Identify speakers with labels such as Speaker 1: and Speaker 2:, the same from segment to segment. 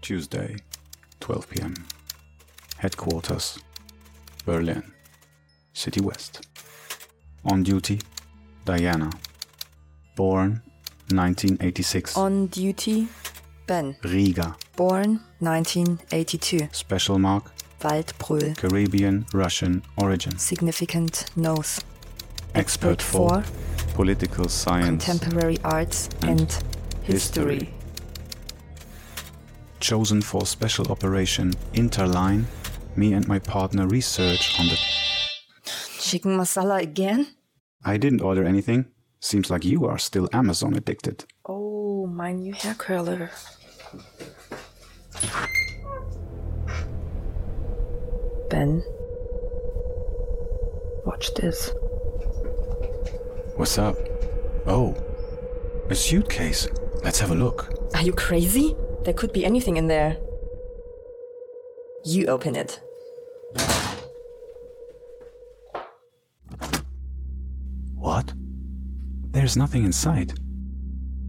Speaker 1: Tuesday, 12 p.m. Headquarters, Berlin, City West. On duty, Diana. Born 1986,
Speaker 2: On duty, Ben.
Speaker 1: Riga.
Speaker 2: Born 1982.
Speaker 1: Special mark,
Speaker 2: Waldbröl.
Speaker 1: Caribbean Russian origin.
Speaker 2: Significant nose.
Speaker 1: Expert for political science.
Speaker 2: Contemporary arts
Speaker 1: And
Speaker 2: and, history.
Speaker 1: history. Chosen for special operation Interline, me and my partner research on the.
Speaker 2: Chicken masala again?
Speaker 1: I didn't order anything. Seems like you are still Amazon addicted.
Speaker 2: Oh, my new hair curler. Ben. Watch this.
Speaker 1: What's up? Oh, a suitcase. Let's have a look.
Speaker 2: Are you crazy? There could be anything in there. You open it.
Speaker 1: What? There's nothing inside.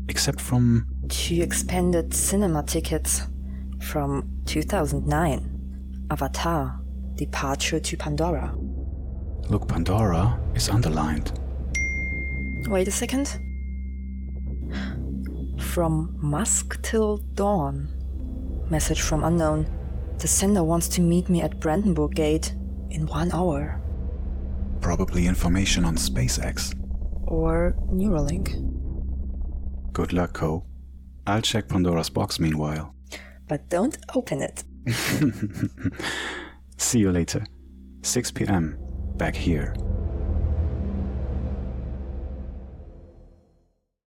Speaker 1: Except from.
Speaker 2: Two expanded cinema tickets from 2009 Avatar, Departure to Pandora.
Speaker 1: Look, Pandora is underlined.
Speaker 2: Wait a second. From Musk till dawn. Message from unknown. The sender wants to meet me at Brandenburg Gate in one hour.
Speaker 1: Probably information on SpaceX.
Speaker 2: Or Neuralink.
Speaker 1: Good luck, Co. I'll check Pandora's box meanwhile.
Speaker 2: But don't open it.
Speaker 1: See you later. 6 p.m. Back here.